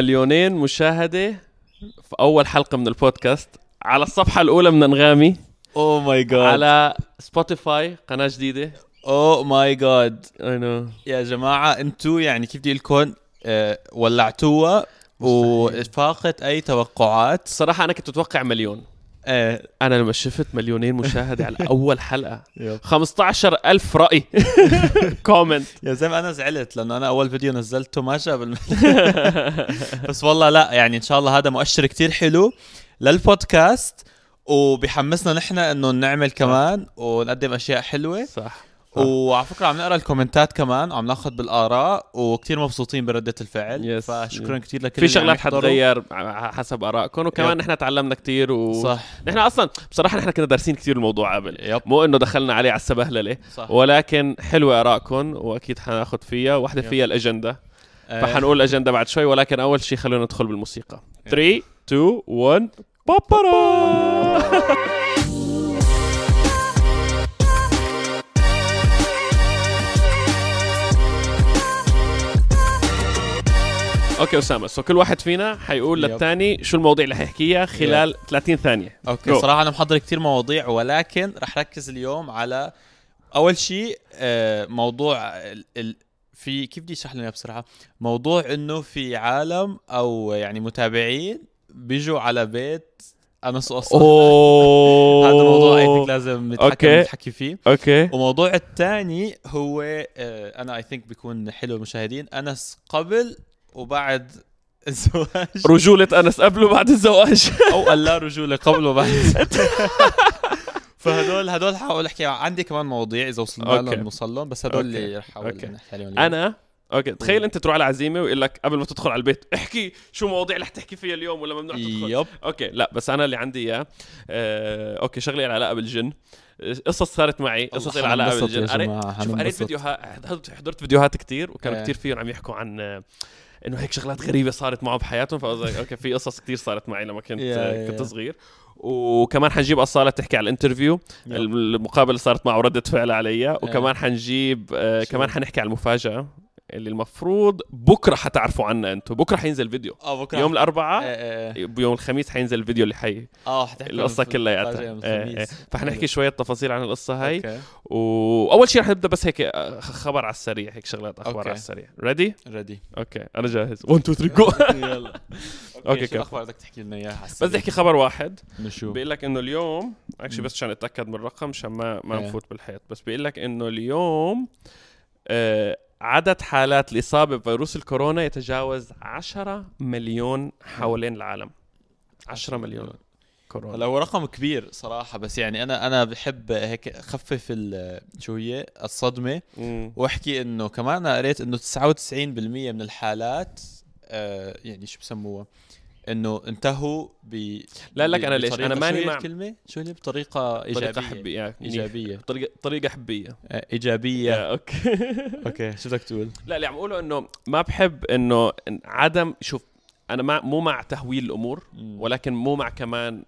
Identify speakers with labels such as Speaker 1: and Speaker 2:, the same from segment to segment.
Speaker 1: مليونين مشاهدة في أول حلقة من البودكاست على الصفحة الأولى من أنغامي
Speaker 2: اوه ماي جاد
Speaker 1: على سبوتيفاي قناة جديدة
Speaker 2: اوه ماي جاد
Speaker 1: اي نو
Speaker 2: Oh يا جماعه انتو يعني كيف بدي لكم آه، ولعتوها وفاقت اي توقعات
Speaker 1: الصراحة أنا كنت أتوقع مليون
Speaker 2: آه،
Speaker 1: أنا لما شفت مليونين مشاهدة على أول حلقة 15 ألف رأي كومنت
Speaker 2: يا زلمه انا زعلت لانه انا اول فيديو نزلته ما جاب الم... بس والله لا يعني ان شاء الله هذا مؤشر كتير حلو للبودكاست وبحمسنا نحن انه نعمل كمان ونقدم اشياء حلوه
Speaker 1: صح
Speaker 2: وعلى فكره عم نقرا الكومنتات كمان وعم ناخذ بالاراء وكتير مبسوطين برده الفعل
Speaker 1: Yes.
Speaker 2: فشكرا كتير لكل
Speaker 1: في
Speaker 2: اللي
Speaker 1: شغلات
Speaker 2: عم يحضروا.
Speaker 1: حتتغير حسب آرائكم وكمان
Speaker 2: يب.
Speaker 1: نحن تعلمنا كتير و
Speaker 2: صح
Speaker 1: نحن اصلا بصراحه نحن كنا دارسين كثير الموضوع قبل
Speaker 2: يب.
Speaker 1: مو انه دخلنا عليه على السبهلله
Speaker 2: صح
Speaker 1: ولكن حلوه ارائكم واكيد حناخذ فيها واحده
Speaker 2: يب.
Speaker 1: فيها الاجنده
Speaker 2: آه،
Speaker 1: فحنقول الاجنده بعد شوي ولكن اول شيء خلونا ندخل بالموسيقى
Speaker 2: إيه.
Speaker 1: 3 2 1 بابارا اوكي اسامه سو كل واحد فينا حيقول
Speaker 2: يب.
Speaker 1: للثاني شو المواضيع اللي حيحكيها خلال 30 ثانيه
Speaker 2: اوكي
Speaker 1: Go.
Speaker 2: صراحه انا محضر كتير مواضيع ولكن رح ركز اليوم على اول شيء آه، موضوع ال... ال... في كيف بدي اشرح لنا إياه بسرعه موضوع انه في عالم او يعني متابعين بيجوا على بيت انس واصحابه
Speaker 1: اوه
Speaker 2: هذا موضوع اي ثينك لازم نتحكم
Speaker 1: أوكي.
Speaker 2: نتحكي فيه
Speaker 1: اوكي
Speaker 2: وموضوع الثاني هو آه، انا اي ثينك بيكون حلو المشاهدين انس قبل وبعد الزواج
Speaker 1: رجولة أنس قبل وبعد الزواج
Speaker 2: او اللا رجوله قبل وبعد فهدول هدول حاول احكي عندي كمان مواضيع اذا وصلنا
Speaker 1: أوكي.
Speaker 2: لهم نوصل لهم بس هدول
Speaker 1: أوكي.
Speaker 2: اللي رح
Speaker 1: أوكي.
Speaker 2: احاول نحكي عليهم اليوم.
Speaker 1: أنا أوكي تخيل أنت تروح على عزيمة ويقول لك قبل ما تدخل على البيت احكي شو المواضيع اللي حتحكي فيها اليوم ولا ممنوع تدخل
Speaker 2: يب
Speaker 1: أوكي لا بس أنا اللي عندي إياه آه، أوكي شغلة لها علاقة بالجن قصص صارت معي قصص لها علاقة بالجن قريت شوف قريت فيديوهات حضرت فيديوهات كتير وكانوا
Speaker 2: إيه.
Speaker 1: كتير فيهم عم يحكوا عن آه، انه هيك شغلات غريبه صارت معه بحياتهم فقصدي اوكي في قصص كتير صارت معي لما كنت
Speaker 2: يا-
Speaker 1: آه،
Speaker 2: يا-
Speaker 1: كنت
Speaker 2: يا.
Speaker 1: صغير وكمان حنجيب اصاله تحكي على الانترفيو المقابله اللي صارت معه ورده فعل علي وكمان حنجيب آه،
Speaker 2: إيه. شو؟
Speaker 1: كمان حنحكي على المفاجاه اللي المفروض بكره حتعرفوا عنها انتم بكره حينزل فيديو
Speaker 2: اه بكره
Speaker 1: يوم الاربعاء
Speaker 2: آه، آه،
Speaker 1: بيوم الخميس حينزل الفيديو اللي حي
Speaker 2: اه حتحكي
Speaker 1: القصه
Speaker 2: عن طيب، الفاجأة
Speaker 1: كلياتها
Speaker 2: يوم
Speaker 1: إيه، إيه.
Speaker 2: الخميس.
Speaker 1: فحنحكي شويه تفاصيل عن القصه هاي
Speaker 2: اوكي
Speaker 1: واول شيء رح نبدا بس هيك آه، خبر على السريع هيك شغلات اخبار
Speaker 2: أوكي.
Speaker 1: على السريع ريدي
Speaker 2: ريدي
Speaker 1: اوكي انا جاهز 1 2 3 جو
Speaker 2: يلا
Speaker 1: أوكي،
Speaker 2: اوكي شو
Speaker 1: كفو.
Speaker 2: الاخبار بدك تحكي لنا اياها
Speaker 1: بس بدي احكي خبر واحد
Speaker 2: نشوف
Speaker 1: بيقول لك انه اليوم اكشلي
Speaker 2: مم.
Speaker 1: بس عشان اتاكد من الرقم عشان ما ما
Speaker 2: إيه.
Speaker 1: نفوت بالحيط بس بيقول لك انه اليوم آه عدد حالات الاصابه بفيروس الكورونا يتجاوز 10 مليون حوالين العالم 10 مليون
Speaker 2: هلا
Speaker 1: كورونا
Speaker 2: هو رقم كبير صراحه بس يعني انا انا بحب هيك خفف ال- شو هي الصدمه
Speaker 1: مم.
Speaker 2: واحكي انه كمان أنا قريت انه 99% من الحالات آه يعني شو بسموها انه انتهوا ب
Speaker 1: لا، لك
Speaker 2: ب-
Speaker 1: أنا ليش؟
Speaker 2: بطريقة-
Speaker 1: أنا ماني
Speaker 2: شو هي
Speaker 1: مع-
Speaker 2: الكلمه شو هي بطريقه
Speaker 1: طريقه
Speaker 2: ايجابيه
Speaker 1: حبيه يعني
Speaker 2: ايجابيه
Speaker 1: طريقه طريقه حبيه
Speaker 2: آه، ايجابيه
Speaker 1: يا اوكي
Speaker 2: اوكي شو بدك تقول
Speaker 1: لا اللي عم اقوله انه ما بحب انه إن عدم شوف انا ما مو مع تهويل الامور ولكن مو مع كمان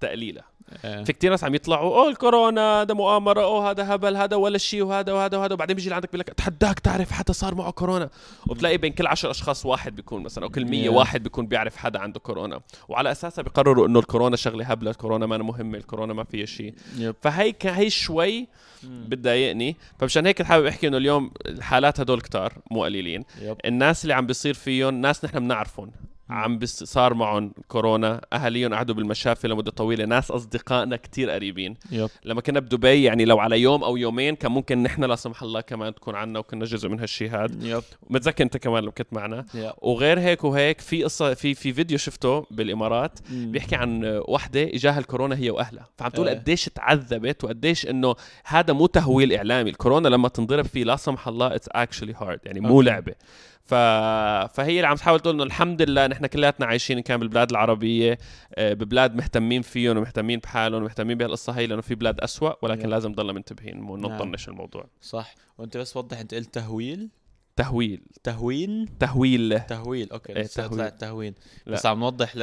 Speaker 1: تقليلها
Speaker 2: آه.
Speaker 1: في كتير ناس عم يطلعوا اوه الكورونا هذا مؤامره اوه هذا هبل هذا ولا شيء وهذا وهذا وهذا وبعدين بيجي لعندك بيقول لك اتحداك تعرف حدا صار معه كورونا وبتلاقي بين كل 10 اشخاص واحد بيكون مثلا او كل 100
Speaker 2: Yeah.
Speaker 1: واحد بيكون بيعرف حدا عنده كورونا وعلى اساسها بيقرروا انه الكورونا شغله هبله الكورونا ما مهمه الكورونا ما فيها شيء
Speaker 2: يب
Speaker 1: فهي ك- هي شوي بتضايقني فمشان هيك حابب احكي انه اليوم الحالات هدول كتار مو قليلين
Speaker 2: يب
Speaker 1: الناس اللي عم بيصير فيهم ناس نحن بنعرفهم عم بس صار معهم كورونا اهاليهم قعدوا بالمشافي لمده طويله ناس اصدقائنا كتير قريبين
Speaker 2: يب
Speaker 1: لما كنا بدبي يعني لو على يوم او يومين كان ممكن نحن لا سمح الله كمان تكون عنا وكنا جزء من هالشيء هذا
Speaker 2: يب
Speaker 1: متذكر انت كمان لما كنت معنا
Speaker 2: يب
Speaker 1: وغير هيك وهيك في قصه في في فيديو شفته بالامارات بيحكي عن وحده اجاها الكورونا هي واهلها فعم تقول
Speaker 2: إيه.
Speaker 1: قديش تعذبت وقديش انه هذا مو تهويل اعلامي الكورونا لما تنضرب فيه لا سمح الله اتس اكشلي هارد يعني مو
Speaker 2: أوكي.
Speaker 1: لعبه ف... فهي اللي عم تحاول تقول انه الحمد لله نحن كلياتنا عايشين إن كان بالبلاد العربيه آه، ببلاد مهتمين فيهم ومهتمين بحالهم ومهتمين بهالقصه هي لانه في بلاد أسوأ ولكن
Speaker 2: نعم.
Speaker 1: لازم نضلنا منتبهين مو
Speaker 2: نعم.
Speaker 1: نطنش الموضوع
Speaker 2: صح وانت بس وضح انت قلت تهويل
Speaker 1: تهويل
Speaker 2: تهوين
Speaker 1: تهويل
Speaker 2: تهويل اوكي
Speaker 1: إيه،
Speaker 2: لسه
Speaker 1: تهويل.
Speaker 2: طلع تهوين
Speaker 1: لا.
Speaker 2: بس عم نوضح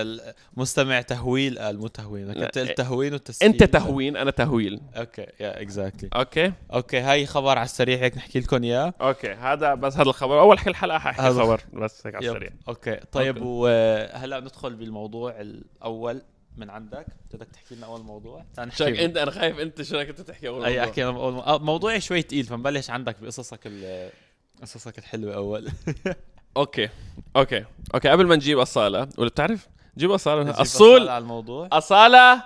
Speaker 2: للمستمع تهويل قال مو تهوين
Speaker 1: لا،
Speaker 2: أنا كنت
Speaker 1: إيه.
Speaker 2: قلت تهوين والتسهيل
Speaker 1: انت تهوين انا تهويل
Speaker 2: اوكي يا اكزاكتلي
Speaker 1: اوكي
Speaker 2: اوكي هاي خبر على السريع هيك نحكي لكم اياه
Speaker 1: اوكي هذا بس هذا الخبر اول حل حلقه حاحكي
Speaker 2: هذا-
Speaker 1: خبر بس هيك على
Speaker 2: يب.
Speaker 1: السريع
Speaker 2: اوكي طيب
Speaker 1: أوكي.
Speaker 2: وهلا ندخل بالموضوع الاول من عندك بدك تحكي لنا اول موضوع تعال
Speaker 1: شاك
Speaker 2: نحكي
Speaker 1: انت انا خايف انت شو رايك انت تحكي اول
Speaker 2: اي
Speaker 1: موضوع.
Speaker 2: احكي انا اول آه، موضوعي شوي ثقيل فنبلش عندك بقصصك ال- قصصك الحلوه اول
Speaker 1: اوكي اوكي اوكي قبل ما نجيب اصاله ولا بتعرف جيب
Speaker 2: نجيب
Speaker 1: اصاله اصول
Speaker 2: على الموضوع
Speaker 1: اصاله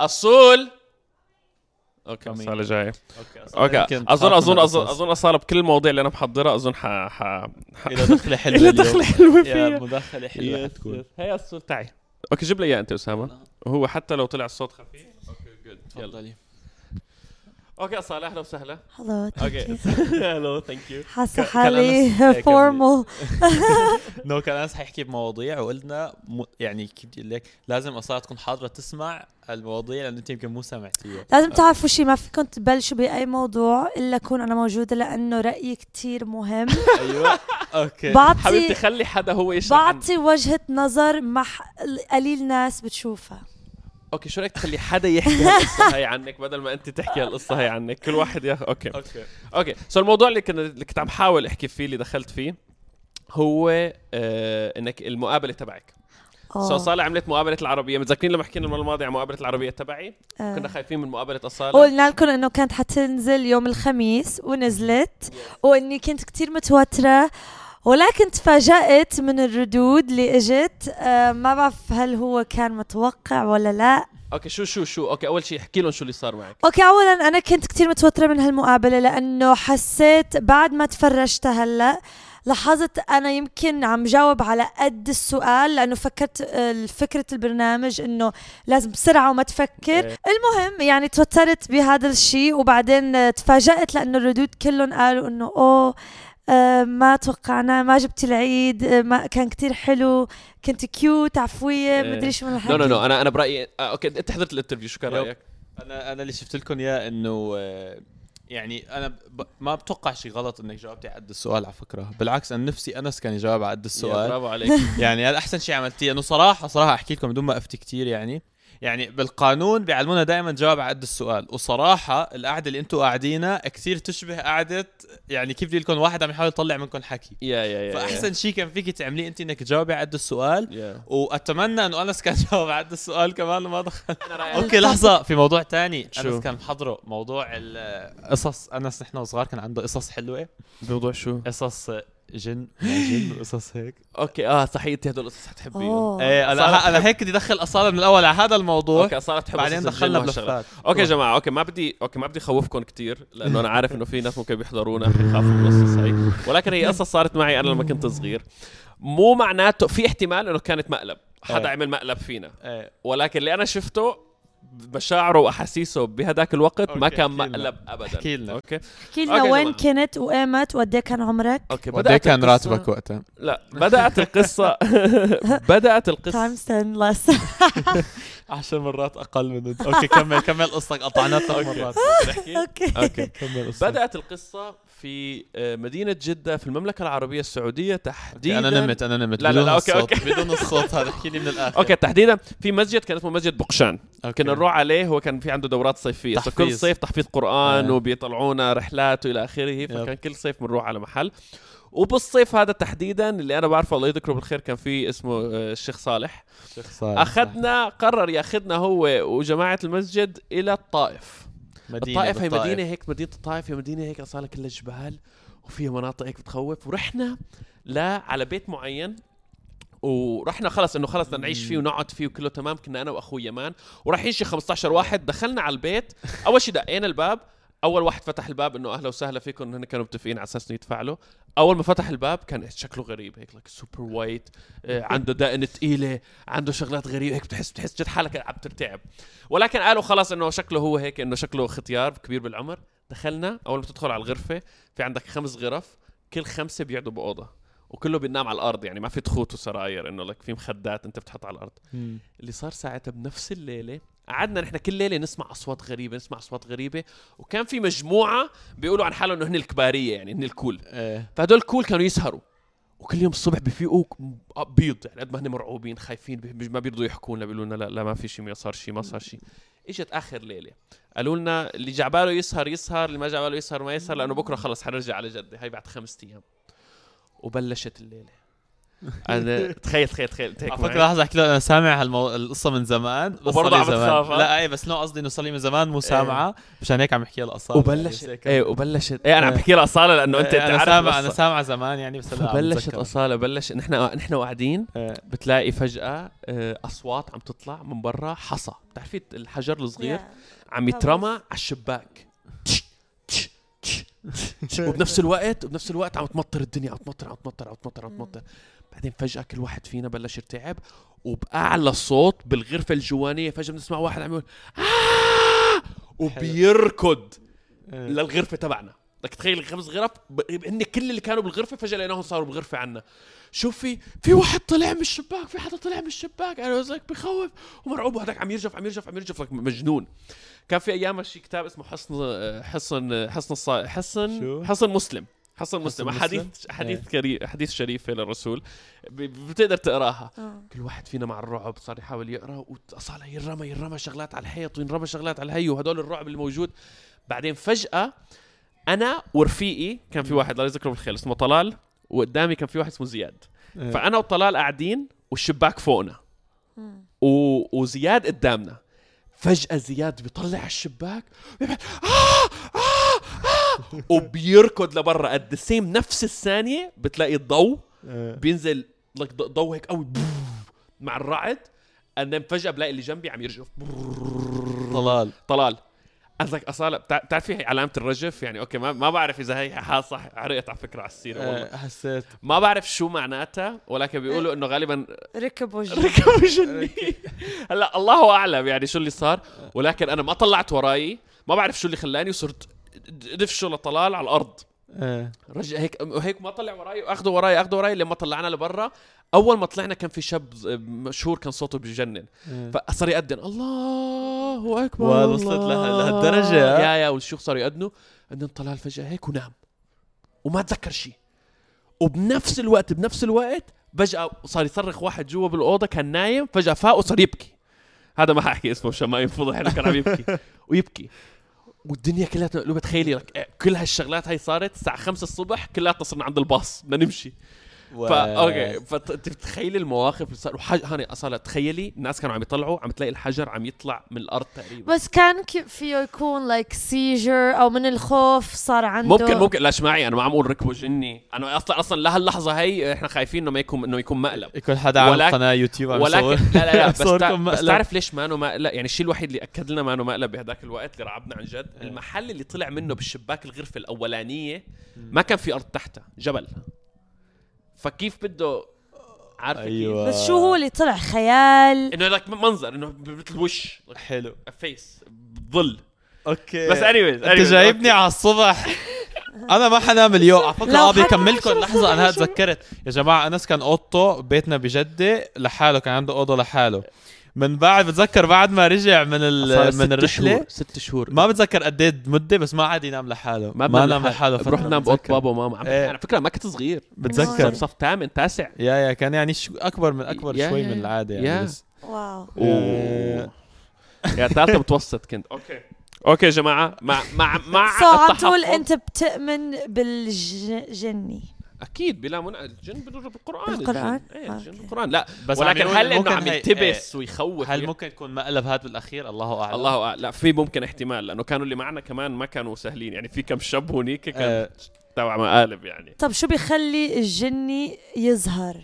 Speaker 1: اصول اوكي
Speaker 2: كمين.
Speaker 1: اصاله جايه
Speaker 2: اوكي أصلاً
Speaker 1: اوكي
Speaker 2: يمكن
Speaker 1: اظن
Speaker 2: تخاف
Speaker 1: اظن
Speaker 2: من
Speaker 1: اظن
Speaker 2: القصص.
Speaker 1: اظن اصاله بكل المواضيع اللي انا محضرها اظن ح ح ح
Speaker 2: الى دخله حلوه
Speaker 1: إلها
Speaker 2: اليوم.
Speaker 1: دخله حلوه
Speaker 2: يا
Speaker 1: فيها
Speaker 2: مداخله حلوه
Speaker 1: يس،
Speaker 2: حتكون
Speaker 1: يس. هي الصوت تاعي اوكي جيب لي اياه انت
Speaker 2: نعم.
Speaker 1: اسامه هو حتى لو طلع الصوت خفيف اوكي جود يلا
Speaker 2: تفضلي
Speaker 1: اوكي اصاله اهلا وسهلا
Speaker 3: Hello. thank
Speaker 1: اوكي
Speaker 3: you.
Speaker 1: هلو ثانك يو
Speaker 3: حاسه
Speaker 2: ك- كلامس-
Speaker 3: حالي
Speaker 2: آه،
Speaker 3: فورمال
Speaker 2: نو كان انس حيحكي بمواضيع وقلنا م... يعني كيف بدي اقول لك لازم اصلا تكون حاضره تسمع المواضيع لانه انت يمكن مو سمعتيها
Speaker 3: لازم تعرفوا شيء ما فيكم تبلشوا باي موضوع الا اكون انا موجوده لانه رايي كتير مهم
Speaker 2: ايوه اوكي
Speaker 1: حبيبتي
Speaker 3: بعطي
Speaker 1: خلي حدا هو يشرح عن-
Speaker 3: بعطي وجهه نظر ما ح- قليل ناس بتشوفها
Speaker 1: اوكي شو رايك تخلي حدا يحكي هالقصه هاي عنك بدل ما انت تحكي هالقصه هاي عنك كل واحد ياخذ اوكي
Speaker 2: اوكي
Speaker 1: اوكي سو الموضوع اللي كنت اللي كنت عم حاول احكي فيه اللي دخلت فيه هو آه انك المقابله تبعك سو
Speaker 3: آه.
Speaker 1: اصاله عملت مقابله العربيه متذكرين لما حكينا المره الماضيه عن مقابله العربيه تبعي
Speaker 3: آه.
Speaker 1: كنا خايفين من مقابله اصاله
Speaker 3: قلنا لكم انه كانت حتنزل يوم الخميس ونزلت واني كنت كتير متوتره ولكن تفاجأت من الردود اللي اجت آه ما بعرف هل هو كان متوقع ولا لا
Speaker 1: اوكي شو شو شو اوكي اول شيء احكي لهم شو اللي صار معك
Speaker 3: اوكي اولا انا كنت كتير متوتره من هالمقابله لانه حسيت بعد ما تفرجت هلا لاحظت انا يمكن عم جاوب على قد السؤال لانه فكرت آه، فكره البرنامج انه لازم بسرعه وما تفكر
Speaker 1: إيه.
Speaker 3: المهم يعني توترت بهذا الشيء وبعدين آه، تفاجأت لانه الردود كلهم قالوا انه اوه آه، ما توقعنا ما جبتي العيد آه، ما كان كتير حلو كنت كيوت عفويه
Speaker 1: إيه.
Speaker 3: مدري شو من الحكي
Speaker 1: نو نو نو انا انا برايي آه اوكي انت حضرت الانترفيو شو كان
Speaker 2: يب.
Speaker 1: رايك؟
Speaker 2: انا انا اللي شفت لكم اياه انه آه، يعني انا ب... ما بتوقع شيء غلط انك جاوبتي على قد السؤال على فكره بالعكس انا نفسي انس كان يجاوب على قد
Speaker 1: يا
Speaker 2: السؤال
Speaker 1: برافو عليك
Speaker 2: يعني هذا احسن شيء عملتيه انه صراحه صراحه احكي لكم بدون ما افتي كثير يعني يعني بالقانون بيعلمونا دائما جواب على قد السؤال وصراحه القعده اللي انتم قاعدينها كثير تشبه قعده يعني كيف بدي لكم واحد عم يحاول يطلع منكم حكي
Speaker 1: يا يا يا
Speaker 2: فاحسن شيء كان فيك تعمليه انت انك تجاوبي على قد السؤال
Speaker 1: يا.
Speaker 2: واتمنى انه انس كان جاوب على قد السؤال كمان ما دخل
Speaker 1: انا رايي
Speaker 2: اوكي لحظه في موضوع تاني
Speaker 1: شو؟
Speaker 2: انس كان محضره موضوع القصص انس نحن وصغار كان عنده قصص حلوه
Speaker 1: موضوع شو؟
Speaker 2: قصص جن جن وقصص هيك
Speaker 1: اوكي اه صحيح انت هدول القصص حتحبيهم
Speaker 3: أوه.
Speaker 2: ايه انا
Speaker 1: صار
Speaker 2: انا هيك بدي ادخل اصاله من الاول على هذا الموضوع
Speaker 1: اوكي صارت تحب
Speaker 2: بعدين
Speaker 1: قصص
Speaker 2: دخلنا
Speaker 1: الجن وهالشغلات.
Speaker 2: بلفات
Speaker 1: اوكي يا جماعه اوكي ما بدي اوكي ما بدي خوفكم كتير لانه انا عارف انه في ناس ممكن بيحضرونا بيخافوا من القصص هي ولكن هي قصه صارت معي انا لما كنت صغير مو معناته في احتمال انه كانت مقلب حدا
Speaker 2: إيه.
Speaker 1: عمل مقلب فينا
Speaker 2: ايه
Speaker 1: ولكن اللي انا شفته مشاعره واحاسيسه بهداك الوقت ما
Speaker 2: أوكي،
Speaker 1: كان
Speaker 2: احكي لنا.
Speaker 1: مقلب ابدا
Speaker 2: احكي لنا
Speaker 1: اوكي
Speaker 3: احكي لنا
Speaker 1: أوكي يا
Speaker 3: وين
Speaker 1: جماعة.
Speaker 3: كنت وقامت وقد إيه كان عمرك
Speaker 1: اوكي
Speaker 2: وقد كان
Speaker 1: القصة-
Speaker 2: راتبك وقتها
Speaker 1: لا بدات القصه بدات القصه
Speaker 3: times 10 less
Speaker 2: 10 مرات اقل من اوكي كمل كمل قصتك قطعناها ثلاث مرات نحكي
Speaker 3: اوكي
Speaker 1: اوكي
Speaker 2: كمل قصتك
Speaker 1: بدات القصه في آه، مدينه جده في المملكه العربيه السعوديه تحديدا
Speaker 2: انا نمت انا نمت
Speaker 1: لا، لا،
Speaker 2: بدون
Speaker 1: لا، أوكي،
Speaker 2: الصوت
Speaker 1: أوكي.
Speaker 2: بدون الصوت هذا احكي لي من الاخر
Speaker 1: اوكي تحديدا في مسجد كان اسمه مسجد بقشان
Speaker 2: أوكي.
Speaker 1: كنا نروح عليه هو كان في عنده دورات صيفيه so كل
Speaker 2: تحفيظ.
Speaker 1: صيف تحفيظ قران
Speaker 2: آه.
Speaker 1: وبيطلعونا رحلات والى اخره فكان كل صيف بنروح على محل وبالصيف هذا تحديدا اللي انا بعرفه الله يذكره بالخير كان في اسمه آه، الشيخ صالح
Speaker 2: آه،
Speaker 1: اخذنا قرر ياخذنا هو وجماعه المسجد الى الطائف
Speaker 2: مدينة
Speaker 1: الطائف هي
Speaker 2: بالطائف.
Speaker 1: مدينه هيك مدينه الطائف هي مدينه هيك اصلا كلها جبال وفيها مناطق هيك بتخوف ورحنا لا على بيت معين ورحنا خلص انه خلص بدنا نعيش فيه ونقعد فيه وكله تمام كنا انا واخوي يمان ورايحين شي 15 واحد دخلنا على البيت اول شيء دقينا الباب اول واحد فتح الباب انه اهلا وسهلا فيكم هن كانوا متفقين على اساس انه يتفاعلوا اول ما فتح الباب كان شكله غريب هيك لك سوبر وايت آه، عنده دقن ثقيله عنده شغلات غريبه هيك بتحس بتحس جد حالك عم ترتعب ولكن قالوا خلاص انه شكله هو هيك انه شكله ختيار كبير بالعمر دخلنا اول ما تدخل على الغرفه في عندك خمس غرف كل خمسه بيقعدوا باوضه وكله بينام على الارض يعني ما في تخوت وسراير انه لك في مخدات انت بتحط على الارض
Speaker 2: مم.
Speaker 1: اللي صار ساعتها بنفس الليله قعدنا نحن كل ليله نسمع اصوات غريبه نسمع اصوات غريبه وكان في مجموعه بيقولوا عن حالهم انه هن الكباريه يعني هن الكول
Speaker 2: ايه
Speaker 1: فهدول كول كانوا يسهروا وكل يوم الصبح بفيقوا ك- بيض يعني قد ما هن مرعوبين خايفين بي- ما بيرضوا يحكوا لنا بيقولوا لنا لا لا ما في شيء ما صار شيء ما صار شيء اجت اخر ليله قالوا لنا اللي جعباله يسهر يسهر اللي ما جعباله يسهر ما يسهر لانه بكره خلص حنرجع على جده هاي بعد خمسة ايام وبلشت الليله انا تخيل تخيل تخيل انت هيك
Speaker 2: على فكره
Speaker 1: معي.
Speaker 2: لحظه احكي له انا سامع هالمو... القصه من زمان بس
Speaker 1: وبرضه
Speaker 2: صار لي
Speaker 1: عم
Speaker 2: زمان.
Speaker 1: بتخاف، ها؟
Speaker 2: لا اي بس نو قصدي انه صار لي من زمان مو سامعه مشان هيك عم بحكي لها اصاله يعني
Speaker 1: وبلشت
Speaker 2: هيك.
Speaker 1: ايه وبلشت ايه انا عم
Speaker 2: إيه.
Speaker 1: بحكي لها اصاله لانه انت
Speaker 2: إيه، انا
Speaker 1: تعرف
Speaker 2: سامع انا
Speaker 1: القصة.
Speaker 2: سامع زمان يعني بس هلا عم
Speaker 1: بلشت
Speaker 2: بتذكر.
Speaker 1: اصاله بلش نحن نحن قاعدين
Speaker 2: إيه.
Speaker 1: بتلاقي فجأة آه، أصوات عم تطلع من برا حصى بتعرفي الحجر الصغير عم يترمى على الشباك تش- تش- تش- تش- تش. وبنفس الوقت وبنفس الوقت عم تمطر الدنيا عم تمطر عم تمطر عم تمطر عم تمطر بعدين فجأة كل واحد فينا بلش يرتعب وبأعلى صوت بالغرفة الجوانية فجأة بنسمع واحد عم يقول آه! وبيركض
Speaker 2: إيه.
Speaker 1: للغرفه تبعنا بدك تخيل خمس غرف ب- هن كل اللي كانوا بالغرفه فجاه لقيناهم صاروا بالغرفه عنا شوف في في واحد طلع من الشباك في حدا طلع من الشباك انا هيك بخوف ومرعوب وهداك عم يرجف عم يرجف عم يرجف لك مجنون كان في ايام شي كتاب اسمه حصن آه، حصن حصن الص- حصن
Speaker 2: شو؟
Speaker 1: حصن مسلم حصن مسلم
Speaker 2: مسلم؟
Speaker 1: احاديث احاديث كري احاديث شريفه للرسول ب- بتقدر تقراها كل واحد فينا مع الرعب صار يحاول يقرا وصار ينرمى ينرمى شغلات على الحيط وينرمى شغلات على الهي وهدول الرعب اللي موجود بعدين فجاه انا ورفيقي كان في واحد الله يذكره بالخير اسمه طلال وقدامي كان في واحد اسمه زياد
Speaker 2: إيه.
Speaker 1: فانا وطلال قاعدين والشباك فوقنا و... وزياد قدامنا فجأة زياد بيطلع على الشباك بيبعد آه آه آه وبيركض لبرا قد سيم نفس الثانية بتلاقي الضوء
Speaker 2: إيه.
Speaker 1: بينزل لك ض- ضوء هيك قوي بوف، مع الرعد انا فجأة بلاقي اللي جنبي عم يرجف
Speaker 2: طلال
Speaker 1: طلال قلت لك أصالة بتع- بتعرفي هي علامة الرجف يعني أوكي ما, ما بعرف إذا هي حال صح عرقت على فكرة على السيرة والله
Speaker 2: إيه، حسيت
Speaker 1: ما بعرف شو معناتها ولكن بيقولوا إنه غالبا
Speaker 3: ركب وجهي
Speaker 1: ركبوا جني هلا الله اعلم يعني شو اللي صار ولكن انا ما طلعت وراي ما بعرف شو اللي خلاني وصرت دفشه لطلال على الارض
Speaker 2: إيه.
Speaker 1: رجع هيك هيك ما طلع وراي واخده وراي اخده وراي لما طلعنا لبرا اول ما طلعنا كان في شاب ز- مشهور كان صوته بجنن
Speaker 2: إيه.
Speaker 1: فصار يأذن الله اكبر
Speaker 2: وهذا وصلت لها-
Speaker 1: الله.
Speaker 2: لهالدرجة؟
Speaker 1: يا يا والشيوخ صاروا يأذنوا بعدين طلال فجأة هيك ونام وما تذكر شيء وبنفس الوقت بنفس الوقت فجأة صار يصرخ واحد جوا بالأوضة كان نايم فجأة فاق وصار يبكي هذا ما حاحكي اسمه عشان ما ينفضح انه كان عم يبكي ويبكي والدنيا كلها مقلوبه تخيلي لك إيه، كل هالشغلات هاي صارت الساعه 5 الصبح كلها صرنا عند الباص بدنا نمشي
Speaker 2: و-
Speaker 1: فا اوكي فتتخيلي المواقف اللي صار وحاج... هاني اصلا تخيلي الناس كانوا عم يطلعوا عم تلاقي الحجر عم يطلع من الارض تقريبا
Speaker 3: بس كان كي- فيه يكون لايك سيجر او من الخوف صار عنده
Speaker 1: ممكن ممكن لا اسمعي انا ما عم اقول ركبوا جني انا اصلا اصلا لهاللحظه هي احنا خايفين انه ما يكون انه يكون مقلب
Speaker 2: يكون حدا عامل
Speaker 1: ولكن-
Speaker 2: قناه يوتيوب عم
Speaker 1: ولكن
Speaker 2: يصور
Speaker 1: لا لا لا بس, تع...
Speaker 2: صوركم
Speaker 1: بس
Speaker 2: مقلب.
Speaker 1: تعرف ليش ما انه مقلب يعني الشيء الوحيد اللي اكد لنا ما انه مقلب بهداك الوقت اللي رعبنا عن جد
Speaker 2: إيه.
Speaker 1: المحل اللي طلع منه بالشباك الغرفه الاولانيه ما كان في ارض تحتها جبل فكيف بده عارفه
Speaker 2: أيوة.
Speaker 1: كيف
Speaker 3: بس شو هو اللي طلع خيال
Speaker 1: انه لك منظر انه مثل وش
Speaker 2: حلو
Speaker 1: فيس ظل
Speaker 2: اوكي
Speaker 1: بس anyways
Speaker 2: انت إيه. جايبني على الصبح انا ما حنام اليوم على فكره
Speaker 3: لو
Speaker 2: اه
Speaker 3: حنام
Speaker 2: بكملكم
Speaker 3: عشرة
Speaker 2: لحظه انا هاد
Speaker 3: الصبح.
Speaker 2: تذكرت يا جماعه انس كان اوضته بيتنا بجده لحاله كان عنده اوضه لحاله من بعد بتذكر بعد ما رجع من ال... من الرحله
Speaker 1: ست شهور
Speaker 2: ما بتذكر قد ايه مده بس ما عاد ينام لحاله ما,
Speaker 1: بنام
Speaker 2: نام لحاله فترة،
Speaker 1: بروح نام بأوضة
Speaker 2: بتذكر.
Speaker 1: بابا وماما عم-
Speaker 2: إيه.
Speaker 1: على فكره ما كنت صغير
Speaker 2: بتذكر
Speaker 1: صف ثامن تاسع
Speaker 2: يا يا كان يعني شو اكبر من اكبر
Speaker 1: يا-
Speaker 2: شوي
Speaker 1: يا-
Speaker 2: من العاده
Speaker 1: يا.
Speaker 2: يعني بس
Speaker 3: واو
Speaker 2: إيه.
Speaker 1: يا ثالثه يعني متوسط كنت اوكي اوكي يا جماعه مع مع مع
Speaker 3: سو عم تقول
Speaker 1: التحفظ-
Speaker 3: انت بتؤمن بالجني
Speaker 1: اكيد بلا منع الجن بال- بالقران
Speaker 3: بالقرآن؟
Speaker 1: الجن. ايه الجن
Speaker 3: أوكي.
Speaker 1: بالقرآن لا
Speaker 2: بس
Speaker 1: ولكن
Speaker 2: عم يقول
Speaker 1: هل انه
Speaker 2: ممكن
Speaker 1: عم
Speaker 2: هي-
Speaker 1: يلتبس ويخوف
Speaker 2: هل ممكن يكون مقلب هاد بالاخير الله اعلم
Speaker 1: الله اعلم لا في ممكن احتمال لانه كانوا اللي معنا كمان ما كانوا سهلين يعني في كم شاب هونيك كان
Speaker 2: آه.
Speaker 1: تبع مقالب يعني
Speaker 3: طب شو بيخلي الجني يظهر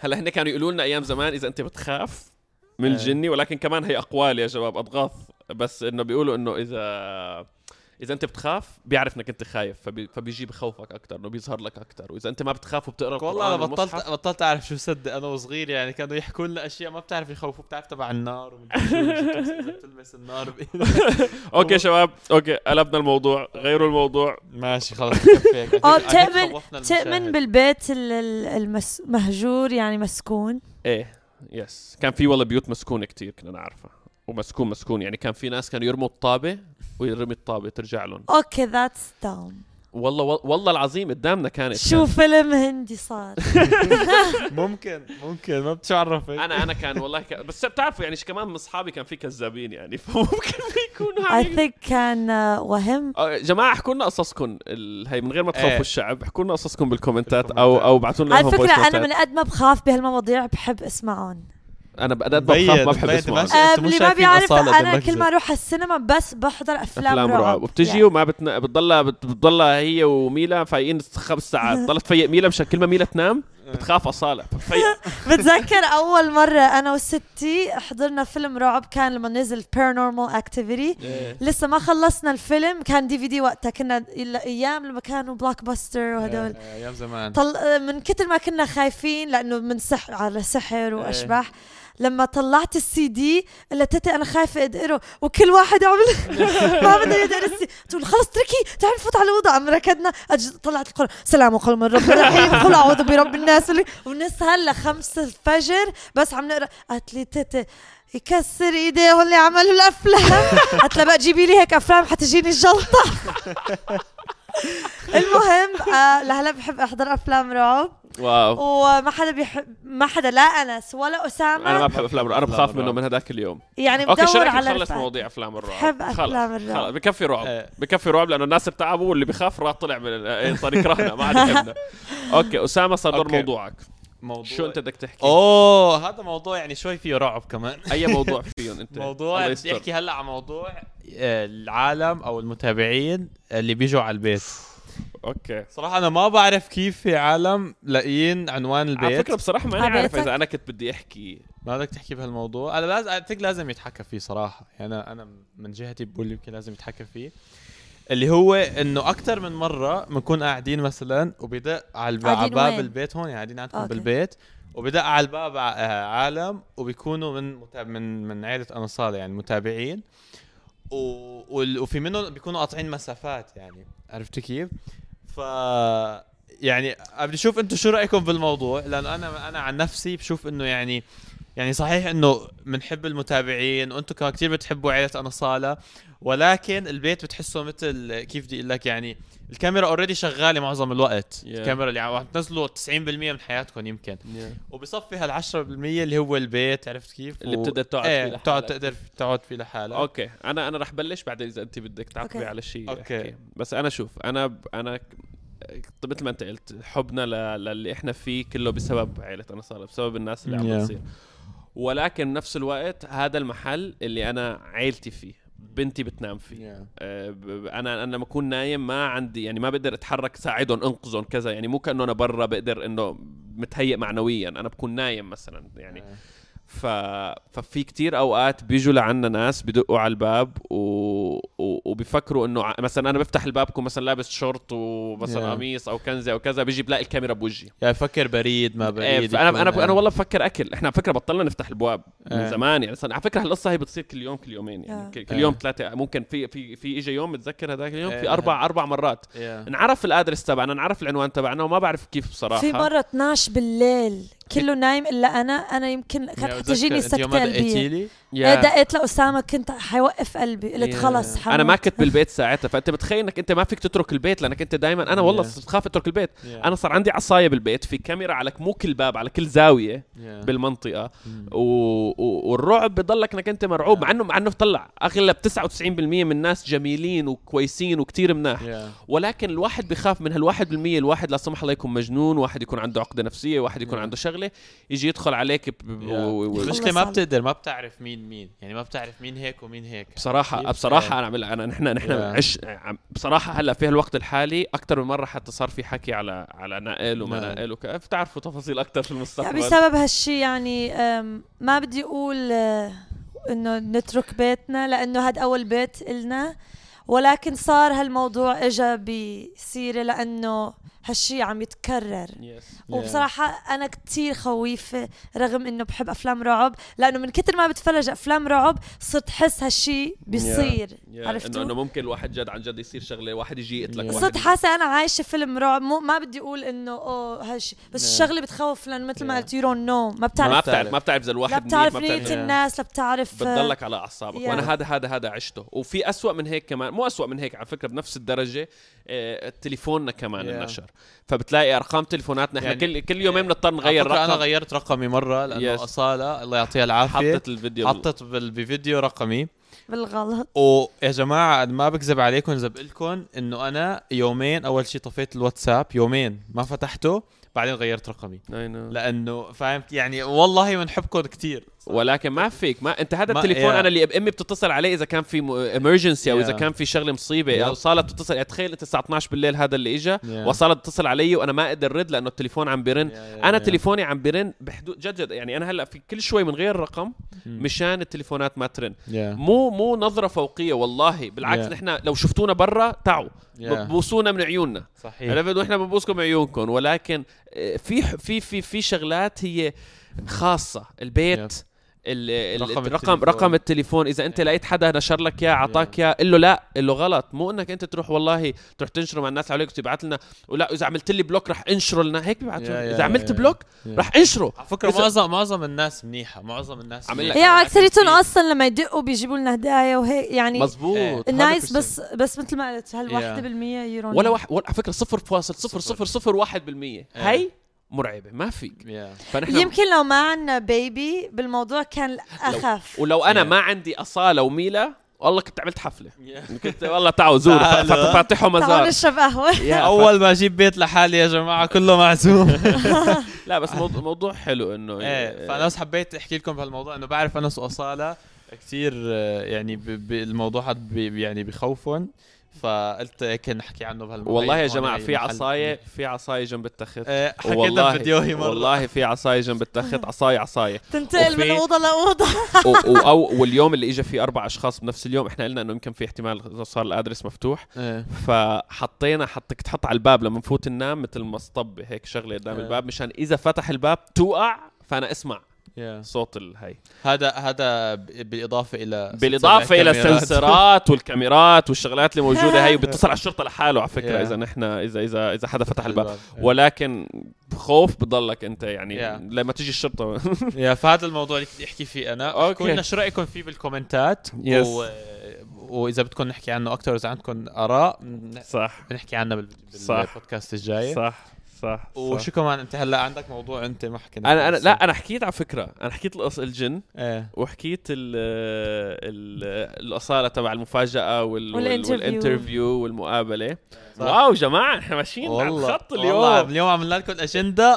Speaker 1: هلا هن كانوا يقولوا لنا ايام زمان اذا انت بتخاف
Speaker 2: إيه.
Speaker 1: من الجني ولكن كمان هي اقوال يا شباب اضغاث بس انه بيقولوا انه اذا اذا انت بتخاف بيعرف انك انت خايف فبي... فبيجي بخوفك اكثر انه بيظهر لك اكثر واذا انت ما بتخاف وبتقرا
Speaker 2: والله انا
Speaker 1: القرآن
Speaker 2: بطلت
Speaker 1: والمصحف-
Speaker 2: بطلت اعرف شو صدق انا وصغير يعني كانوا يحكوا لنا اشياء ما بتعرف يخوفوا بتعرف تبع النار ومدري شو، إذا بتلمس النار بإيدك.
Speaker 1: اوكي شباب اوكي قلبنا الموضوع غيروا الموضوع
Speaker 2: ماشي خلص كفي هيك.
Speaker 3: اه
Speaker 1: آه،
Speaker 2: أكيد- أكيد
Speaker 3: بتؤمن
Speaker 2: خوفنا
Speaker 3: بتؤمن
Speaker 2: المشاهد.
Speaker 3: بالبيت ال- ال- المس- مهجور يعني مسكون
Speaker 2: إيه.
Speaker 1: ايه يس كان في والله بيوت مسكونه كتير كنا نعرفها ومسكون مسكون يعني كان في ناس كانوا يرموا الطابه ويرمي الطابه ترجع لهم
Speaker 3: اوكي ذاتس داون
Speaker 1: والله والله العظيم قدامنا كانت
Speaker 3: شو فيلم هندي صار
Speaker 2: ممكن ممكن ما بتعرف هيك.
Speaker 1: انا انا كان والله كان بس بتعرفوا يعني ش- كمان من اصحابي كان في كذابين يعني فممكن يكون
Speaker 3: اي
Speaker 1: هاي
Speaker 3: ثينك كان آه، وهم
Speaker 1: آه، جماعه احكوا لنا قصصكم ال- هي من غير ما تخوفوا
Speaker 2: إيه.
Speaker 1: الشعب احكوا لنا قصصكم بالكومنتات او او ابعثوا لنا
Speaker 3: على
Speaker 1: إياهم
Speaker 3: فكره
Speaker 1: voice
Speaker 3: انا
Speaker 1: notes.
Speaker 3: من قد ما بخاف بهالمواضيع بحب آه، اسمعهم
Speaker 1: انا بقدر بخاف ما بحب
Speaker 2: مبين،
Speaker 1: اسمع
Speaker 2: بس أنتوا مش
Speaker 3: اللي ما
Speaker 2: شايفين
Speaker 3: بيعرف
Speaker 2: أصالة
Speaker 3: انا
Speaker 2: بالمجزر.
Speaker 3: كل ما اروح على السينما بس بحضر افلام,
Speaker 1: افلام رعب وبتجي وما بتنا... بتضلها بت... بتضلها هي وميلا فايقين خمس ساعات بتضل تفيق ميلا مشان كل ما ميلا تنام
Speaker 2: إيه.
Speaker 1: بتخاف اصاله فبتفيق
Speaker 3: بتذكر اول مره انا وستي حضرنا فيلم رعب كان لما نزل بارانورمال اكتيفيتي
Speaker 2: إيه.
Speaker 3: لسه ما خلصنا الفيلم كان دي في دي وقتها كنا إلا- ايام لما كانوا بلاك باستر وهدول
Speaker 2: آه، ايام زمان
Speaker 3: طل... من كتر ما كنا خايفين لانه من سحر على سحر واشباح لما طلعت السي دي قلت تتي انا خايفه ادقره وكل واحد عمل ما بده يدقر السي تقول خلص تركي تعال نفوت على الاوضه عم ركضنا أج... طلعت القران سلام وقول من رب الرحيم قل اعوذ برب الناس اللي... والناس هلا خمسة الفجر بس عم نقرا قالت لي تتي يكسر ايديه اللي عملوا الافلام قلت لها بقى جيبي لي هيك افلام حتجيني الجلطه المهم آه لهلا بحب احضر افلام رعب
Speaker 1: واو
Speaker 3: وما حدا بيحب ما حدا لا انس ولا اسامه
Speaker 1: انا ما بحب افلام الرعب انا
Speaker 2: أفلام
Speaker 1: بخاف منه
Speaker 2: الرعب.
Speaker 1: من هداك اليوم
Speaker 3: يعني
Speaker 1: اوكي شو
Speaker 3: بدور
Speaker 1: رايك
Speaker 3: على
Speaker 1: نخلص
Speaker 3: رفقة.
Speaker 1: مواضيع افلام الرعب
Speaker 3: بحب
Speaker 1: خلص.
Speaker 3: أفلام الرعب.
Speaker 1: خلص بكفي رعب
Speaker 2: إيه.
Speaker 1: بكفي رعب لانه الناس بتعبوا واللي بيخاف راح طلع من ال- إيه، طريق رهنا ما عاد يحبنا اوكي اسامه صار دور
Speaker 2: أوكي.
Speaker 1: موضوعك
Speaker 2: موضوع
Speaker 1: شو انت بدك تحكي
Speaker 2: اوه هذا موضوع يعني شوي فيه رعب كمان
Speaker 1: اي موضوع فيهم انت
Speaker 2: موضوع
Speaker 1: الله
Speaker 2: بدي
Speaker 1: يستر.
Speaker 2: احكي هلا عن موضوع آه، العالم او المتابعين اللي بيجوا على البيت
Speaker 1: اوكي
Speaker 2: صراحه انا ما بعرف كيف في عالم لاقيين عنوان البيت
Speaker 1: على فكره بصراحه ماني عارف
Speaker 3: عبيتك؟
Speaker 1: اذا انا كنت بدي احكي
Speaker 2: ما بدك تحكي بهالموضوع انا لازم I think لازم يتحكى فيه صراحه يعني انا انا من جهتي بقول يمكن لازم يتحكى فيه اللي هو انه اكثر من مره بنكون قاعدين مثلا وبدق على الب- على
Speaker 3: قاعدين
Speaker 2: باب
Speaker 3: وين؟
Speaker 2: البيت هون يعني قاعدين عندكم
Speaker 3: أوكي.
Speaker 2: بالبيت وبدق على الباب ع- آه، عالم وبيكونوا من متاب من من عائله انا صالح يعني متابعين و... وال- وفي منهم بيكونوا قاطعين مسافات يعني عرفت كيف؟ ف يعني بدي اشوف انتم شو رايكم بالموضوع لانه انا انا عن نفسي بشوف انه يعني يعني صحيح انه بنحب المتابعين وانتم كمان كثير بتحبوا عائله انا صاله ولكن البيت بتحسه مثل كيف بدي اقول لك يعني الكاميرا اوريدي شغاله معظم الوقت
Speaker 1: Yeah.
Speaker 2: yeah. الكاميرا اللي عم عم تنزلوا 90% من حياتكم يمكن وبصفي هال 10% اللي هو البيت عرفت كيف
Speaker 1: اللي
Speaker 2: و-
Speaker 1: بتقدر تقعد
Speaker 2: ايه
Speaker 1: فيه
Speaker 2: بتقعد
Speaker 1: لحالك.
Speaker 2: تقدر تقعد فيه لحالك
Speaker 1: اوكي انا انا رح بلش بعدين اذا انت بدك تعقبي
Speaker 3: أوكي.
Speaker 1: على شيء
Speaker 2: أوكي.
Speaker 1: أحكي. بس انا شوف انا ب- انا ك- طب مثل ما انت قلت حبنا ل- للي احنا فيه كله بسبب عائله انا صار بسبب الناس اللي عم
Speaker 2: Yeah.
Speaker 1: تصير ولكن بنفس الوقت هذا المحل اللي انا عائلتي فيه بنتي بتنام فيه
Speaker 2: Yeah.
Speaker 1: آه، ب- ب- انا انا لما اكون نايم ما عندي يعني ما بقدر اتحرك ساعدهم انقذهم كذا يعني مو كانه انا برا بقدر انه متهيئ معنويا انا بكون نايم مثلا يعني ف... ففي كتير اوقات بيجوا لعنا ناس بدقوا على الباب و... و... وبيفكروا انه ع- مثلا انا بفتح الباب بكون مثلا لابس شورت ومثلا
Speaker 2: Yeah.
Speaker 1: قميص او كنزه او كذا بيجي بلاقي الكاميرا بوجهي
Speaker 2: يعني فكر بريد ما
Speaker 1: إيه،
Speaker 2: بريد
Speaker 1: فانا انا
Speaker 2: يكون-
Speaker 1: انا والله بفكر اكل احنا على فكره بطلنا نفتح البواب من
Speaker 2: يعني. إيه.
Speaker 1: زمان يعني صار- على فكره هالقصه هي بتصير كل يوم كل يومين يعني
Speaker 3: آه.
Speaker 1: كل- كل يوم
Speaker 2: إيه.
Speaker 1: ثلاثه ممكن في في في اجى يوم بتذكر هذاك اليوم في
Speaker 2: إيه.
Speaker 1: اربع اربع مرات
Speaker 2: Yeah.
Speaker 1: انعرف الادرس تبعنا انعرف العنوان تبعنا وما بعرف كيف بصراحه
Speaker 3: في مره 12 بالليل كله
Speaker 1: إيه.
Speaker 3: نايم الا انا انا يمكن كانت
Speaker 2: يعني
Speaker 3: حتجيني
Speaker 2: بتذكر أنت يوم
Speaker 3: سكته
Speaker 2: ما
Speaker 3: قلبيه
Speaker 2: دقيتيلي؟
Speaker 1: يا-
Speaker 3: إيه، دقيت لاسامه كنت حيوقف قلبي قلت
Speaker 2: Yeah.
Speaker 3: خلص حموت.
Speaker 1: انا ما كنت بالبيت ساعتها فانت بتخيل انك انت ما فيك تترك البيت لانك انت دائما انا والله
Speaker 2: Yeah.
Speaker 1: صرت خاف اترك البيت
Speaker 2: Yeah.
Speaker 1: انا صار عندي عصايه بالبيت في كاميرا على مو كل باب على كل زاويه
Speaker 2: Yeah.
Speaker 1: بالمنطقه و... و... والرعب بضلك انك انت
Speaker 2: آه.
Speaker 1: مرعوب مع انه مع انه طلع اغلب 99% من الناس جميلين وكويسين وكتير مناح
Speaker 2: Yeah.
Speaker 1: ولكن الواحد بخاف من هالواحد بالمية الواحد لا سمح الله يكون مجنون واحد يكون عنده عقدة نفسية واحد يكون
Speaker 2: Yeah.
Speaker 1: عنده شغلة يجي يدخل عليك ب... ب... و... و...
Speaker 2: المشكله ما
Speaker 3: عليك.
Speaker 2: بتقدر ما بتعرف مين مين يعني ما بتعرف مين هيك ومين هيك
Speaker 1: بصراحة
Speaker 2: كيف؟
Speaker 1: بصراحة أنا عمل أنا نحن نحن
Speaker 2: Yeah.
Speaker 1: عش عم- بصراحة هلا في هالوقت الحالي أكثر من مرة حتى صار في حكي على على نقل وما
Speaker 2: Yeah.
Speaker 1: نقل وكيف تعرفوا تفاصيل أكثر في
Speaker 3: يعني
Speaker 1: المستقبل
Speaker 3: بسبب هالشي يعني أم، ما بدي اقول آه، انه نترك بيتنا لانه هاد اول بيت النا ولكن صار هالموضوع اجى بسيره لانه هالشيء عم يتكرر
Speaker 1: يس
Speaker 3: وبصراحة أنا كتير خويفة رغم إنه بحب أفلام رعب لأنه من كتر ما بتفرج أفلام رعب صرت حس هالشي بيصير
Speaker 1: انه انه
Speaker 3: عرفتوا؟
Speaker 1: ممكن الواحد جد عن جد يصير شغله واحد يجي يقتلك
Speaker 2: Yeah.
Speaker 1: واحد
Speaker 3: صرت
Speaker 1: يجي-
Speaker 3: حاسة أنا عايشة فيلم رعب مو ما بدي أقول إنه أوه هالشي بس
Speaker 2: Yeah.
Speaker 3: الشغلة بتخوف لأنه مثل ما
Speaker 2: Yeah.
Speaker 3: قلت يو نو ما
Speaker 1: ما
Speaker 3: بتعرف
Speaker 1: بتعرف ما بتعرف اذا
Speaker 3: لا
Speaker 1: الواحد
Speaker 3: بتعرف
Speaker 1: منيح، ما
Speaker 3: نية
Speaker 1: بتعرف
Speaker 3: الناس لا بتعرف
Speaker 1: بتضلك على اعصابك
Speaker 3: Yeah.
Speaker 1: وانا هذا هذا هذا عشته وفي أسوأ من هيك كمان مو أسوأ من هيك على فكره بنفس الدرجه آه، تليفوننا كمان
Speaker 2: Yeah.
Speaker 1: النشر فبتلاقي ارقام تليفوناتنا احنا
Speaker 2: يعني-
Speaker 1: كل كل يومين بنضطر نغير
Speaker 2: رقم انا
Speaker 1: رقم
Speaker 2: غيرت رقمي مره لانه
Speaker 1: Yes.
Speaker 2: اصاله الله يعطيها العافيه
Speaker 1: حطت الفيديو
Speaker 2: حطت بال- بفيديو رقمي
Speaker 3: بالغلط
Speaker 2: ويا جماعه أنا ما بكذب عليكم زبق لكم انه انا يومين اول شيء طفيت الواتساب يومين ما فتحته بعدين غيرت رقمي
Speaker 1: I know.
Speaker 2: لانه فهمت يعني والله بنحبكم كثير
Speaker 1: ولكن ما فيك ما انت هذا
Speaker 2: ما-
Speaker 1: التليفون
Speaker 2: yeah.
Speaker 1: انا اللي امي بتتصل عليه اذا كان في امرجنسي او اذا
Speaker 2: Yeah.
Speaker 1: كان في شغله مصيبه او
Speaker 2: Yep.
Speaker 1: صاله بتتصل يعني تخيل انت الساعه 12 بالليل هذا اللي اجى وصاله بتتصل علي وانا ما اقدر رد لانه التليفون عم بيرن انا تليفوني عم بيرن بحدود جد جد يعني انا هلا في كل شوي من غير رقم مشان التليفونات ما ترن
Speaker 2: أه.
Speaker 1: مو مو نظره فوقيه والله بالعكس
Speaker 2: Yeah.
Speaker 1: نحن لو شفتونا برا تعوا
Speaker 2: yeah.
Speaker 1: ببوسونا من عيوننا
Speaker 2: صحيح
Speaker 1: عرفت ونحن بنبوسكم عيونكم ولكن آه، في في في في شغلات هي خاصه البيت
Speaker 2: Yep.
Speaker 1: ال- ال-
Speaker 2: رقم
Speaker 1: الرقم
Speaker 2: التليفون. إيه.
Speaker 1: رقم, التليفون اذا انت لقيت حدا نشر لك اياه اعطاك
Speaker 2: Yeah.
Speaker 1: اياه قل له لا قل له غلط مو انك انت تروح والله تروح تنشره مع الناس حواليك وتبعت لنا ولا اذا عملت لي بلوك رح انشره لنا هيك بيبعتوا
Speaker 2: Yeah,
Speaker 1: لنا.
Speaker 2: yeah,
Speaker 1: اذا عملت
Speaker 2: yeah, yeah.
Speaker 1: بلوك
Speaker 2: Yeah.
Speaker 1: رح انشره
Speaker 2: على فكره
Speaker 1: إذا-
Speaker 2: معظم معظم الناس منيحه معظم الناس
Speaker 1: عم أقول لك.
Speaker 3: هي
Speaker 2: منيحة.
Speaker 3: أكثريتهم أصلا لما يدقوا بيجيبوا لنا هدايا وهيك يعني
Speaker 1: مزبوط
Speaker 3: نايس
Speaker 2: 100%.
Speaker 3: بس بس مثل ما قلت هل
Speaker 2: Yeah.
Speaker 3: 1% يورو
Speaker 1: ولا واحد ولا على فكره 0.0001% هي
Speaker 2: إيه.
Speaker 1: مرعبه ما فيك
Speaker 2: Yeah.
Speaker 1: فنحن
Speaker 3: يمكن لو ما عندنا بيبي بالموضوع كان الاخف
Speaker 1: ولو انا
Speaker 2: Yeah.
Speaker 1: ما عندي اصاله وميلا والله كنت عملت حفله كنت والله تعوا زور
Speaker 2: تعالوا.
Speaker 1: فاتحوا
Speaker 3: تعالوا
Speaker 1: مزار
Speaker 3: نشرب قهوه
Speaker 1: يا ف-
Speaker 2: اول ما اجيب بيت لحالي يا جماعه كله معزوم
Speaker 1: لا بس موضوع, موضوع حلو يعني، إيه. انه
Speaker 2: ايه فانا بس حبيت احكي لكم بهالموضوع انه بعرف انس واصاله كثير آه، يعني ب- ب- الموضوع هاد بي يعني بخوفهم فقلت هيك نحكي عنه بهالموضوع
Speaker 1: والله يا
Speaker 2: هون
Speaker 1: جماعه
Speaker 2: هي
Speaker 1: في
Speaker 2: محل-
Speaker 1: عصايه في عصايه جنب التخت
Speaker 2: آه، يعني حكيتها
Speaker 1: والله
Speaker 2: بفيديوهي مره
Speaker 1: والله في عصايه جنب التخت عصايه عصايه
Speaker 3: تنتقل
Speaker 1: وفي-
Speaker 3: من اوضه لاوضه
Speaker 1: و- و- أو واليوم اللي اجى فيه اربع اشخاص بنفس اليوم احنا قلنا انه يمكن في احتمال صار الادرس مفتوح
Speaker 2: ايه
Speaker 1: فحطينا حطك تحط على الباب لما نفوت ننام مثل مسطبه هيك شغله قدام
Speaker 2: آه.
Speaker 1: الباب مشان اذا فتح الباب توقع فانا اسمع
Speaker 2: يا.
Speaker 1: صوت الهي
Speaker 2: هذا هذا ب- بالاضافه الى
Speaker 1: بالاضافه الى
Speaker 2: كاميرات.
Speaker 1: السنسرات والكاميرات والشغلات اللي موجوده هي وبيتصل على الشرطه لحاله على فكره
Speaker 2: Yeah.
Speaker 1: اذا نحن اذا اذا اذا حدا فتح الباب
Speaker 2: إيه.
Speaker 1: ولكن خوف بضلك انت يعني
Speaker 2: Yeah.
Speaker 1: لما تيجي الشرطه
Speaker 2: يا فهذا الموضوع اللي كنت احكي فيه انا
Speaker 1: أوكي.
Speaker 2: احكوا لنا شو رايكم فيه بالكومنتات
Speaker 1: Yes.
Speaker 2: و... واذا بدكم نحكي عنه اكثر واذا عندكم اراء بن-
Speaker 1: صح
Speaker 2: بنحكي عنها بال...
Speaker 1: صح.
Speaker 2: بالبودكاست الجاي
Speaker 1: صح صح
Speaker 2: وشو كمان انت هلا عندك موضوع انت ما حكينا
Speaker 1: انا انا
Speaker 2: فيه لسه.
Speaker 1: لا انا حكيت على فكره انا حكيت القص الجن
Speaker 2: ايه
Speaker 1: وحكيت ال ال الاصاله تبع المفاجاه وال
Speaker 3: والinterview.
Speaker 1: والانترفيو والمقابله
Speaker 2: صح.
Speaker 1: واو جماعه احنا ماشيين على
Speaker 2: والله
Speaker 1: الخط
Speaker 2: والله
Speaker 1: اليوم
Speaker 2: اليوم عملنا لكم الاجنده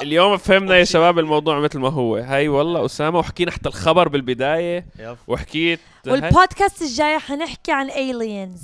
Speaker 1: اليوم فهمنا يا شباب الموضوع مثل ما هو هاي والله اسامه وحكينا حتى الخبر بالبدايه وحكيت هاي
Speaker 3: والبودكاست الجاي حنحكي عن aliens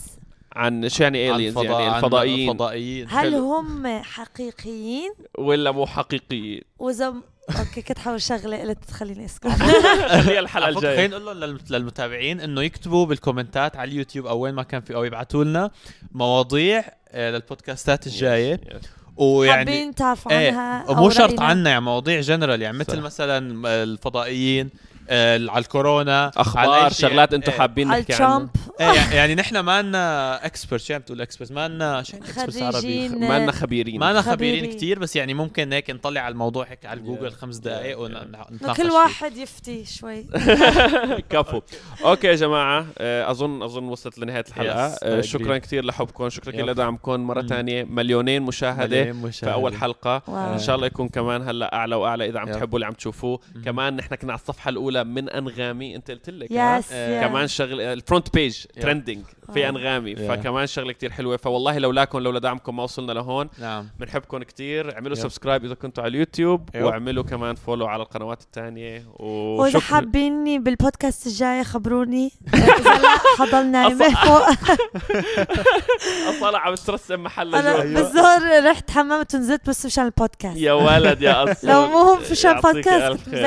Speaker 1: عن شو يعني
Speaker 2: عن
Speaker 1: aliens
Speaker 2: فضاء-
Speaker 1: يعني
Speaker 2: عن
Speaker 1: الفضائيين
Speaker 2: الفضائيين
Speaker 3: هل
Speaker 1: حلو.
Speaker 3: هم حقيقيين
Speaker 1: ولا مو حقيقيين
Speaker 3: واذا اوكي كنت حاول شغله قلت تخليني اسكت
Speaker 1: خليها الحلقه
Speaker 2: على فكرة خلينا
Speaker 1: الجايه
Speaker 2: نقول لهم للم- للمتابعين انه يكتبوا بالكومنتات على اليوتيوب او وين ما كان في او يبعثوا لنا مواضيع آه، للبودكاستات الجايه
Speaker 1: Yes, yes.
Speaker 2: ويعني
Speaker 1: يعني
Speaker 3: حابين تعرفوا
Speaker 1: إيه،
Speaker 3: عنها
Speaker 2: ايه
Speaker 3: أو
Speaker 2: مو شرط
Speaker 3: رأينا.
Speaker 2: عنا يعني مواضيع جنرال يعني
Speaker 1: صح.
Speaker 2: مثل مثلا آه، الفضائيين آه، على الكورونا على
Speaker 1: اخبار
Speaker 2: أي شيء.
Speaker 1: شغلات انتم
Speaker 2: إيه.
Speaker 1: حابين
Speaker 3: على
Speaker 1: نحكي عنها
Speaker 3: ترامب
Speaker 2: ايه يعني نحن ما لنا اكسبرت شو عم تقول اكسبرت ما لنا شو يعني اكسبرت عربي
Speaker 3: خريجين
Speaker 1: ما لنا خبيرين
Speaker 2: ما لنا خبيرين
Speaker 3: خبيري.
Speaker 2: كتير بس يعني ممكن هيك نطلع على الموضوع هيك على
Speaker 1: Yeah.
Speaker 2: جوجل خمس
Speaker 1: Yeah.
Speaker 2: دقائق ونتناقش
Speaker 3: إنه كل
Speaker 2: فيه.
Speaker 3: واحد يفتي شوي
Speaker 1: إيه، كفو اوكي يا جماعه آه، اظن اظن وصلت لنهايه الحلقه
Speaker 2: Yes,
Speaker 1: آه،
Speaker 2: I
Speaker 1: شكرا كثير لحبكم شكرا كثير
Speaker 2: Yep.
Speaker 1: لدعمكم مره
Speaker 2: Mm.
Speaker 1: ثانيه مليونين مشاهده
Speaker 2: مليون
Speaker 1: في
Speaker 2: مشاهدة.
Speaker 1: اول حلقه
Speaker 3: واو.
Speaker 1: ان شاء الله يكون كمان هلا اعلى واعلى اذا عم
Speaker 2: Yep.
Speaker 1: تحبوا اللي عم تشوفوه
Speaker 2: Mm.
Speaker 1: كمان نحن كنا على الصفحه الاولى من انغامي انت قلت لك ها؟
Speaker 3: يس
Speaker 2: آه،
Speaker 1: كمان شغل الفرونت بيج ترندنج في
Speaker 3: آه.
Speaker 1: انغامي
Speaker 2: Yeah.
Speaker 1: فكمان شغله كتير حلوه فوالله لولاكم لولا دعمكم ما وصلنا لهون
Speaker 2: نعم
Speaker 1: بنحبكم كتير اعملوا
Speaker 2: Yep.
Speaker 1: سبسكرايب اذا كنتوا على اليوتيوب
Speaker 2: Yep.
Speaker 1: واعملوا كمان فولو على القنوات الثانيه
Speaker 3: واذا
Speaker 1: وشكرا
Speaker 3: حابيني بالبودكاست الجاي خبروني اذا لا حضلنا نايمه فوق
Speaker 1: أيوه. اصلا عم ترسم محل
Speaker 3: انا
Speaker 1: جوا.
Speaker 3: بالظهر رحت حممت ونزلت بس مشان البودكاست
Speaker 1: يا ولد يا اصلا
Speaker 3: لو مو هم مشان
Speaker 1: يعطيك
Speaker 3: بودكاست
Speaker 1: ألف
Speaker 3: كنت
Speaker 1: خير.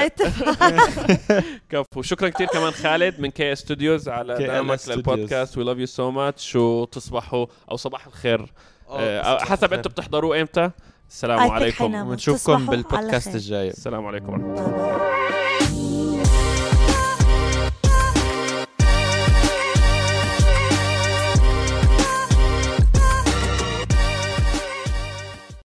Speaker 3: مزيت
Speaker 1: كفو شكرا كثير كمان خالد من كي ستوديوز على
Speaker 2: KL
Speaker 1: دعمك
Speaker 2: Studios.
Speaker 1: للبودكاست وي لاف يو إيه، نعم. سو ماتش وتصبحوا او صباح الخير آه، حسب انتم بتحضروا امتى
Speaker 2: السلام
Speaker 1: I think
Speaker 2: عليكم
Speaker 1: حيناموا.
Speaker 3: ونشوفكم
Speaker 1: تصبحوا على
Speaker 3: بالبودكاست
Speaker 1: خير.
Speaker 3: الجاي
Speaker 2: السلام عليكم ورحمه الله
Speaker 1: باي باي.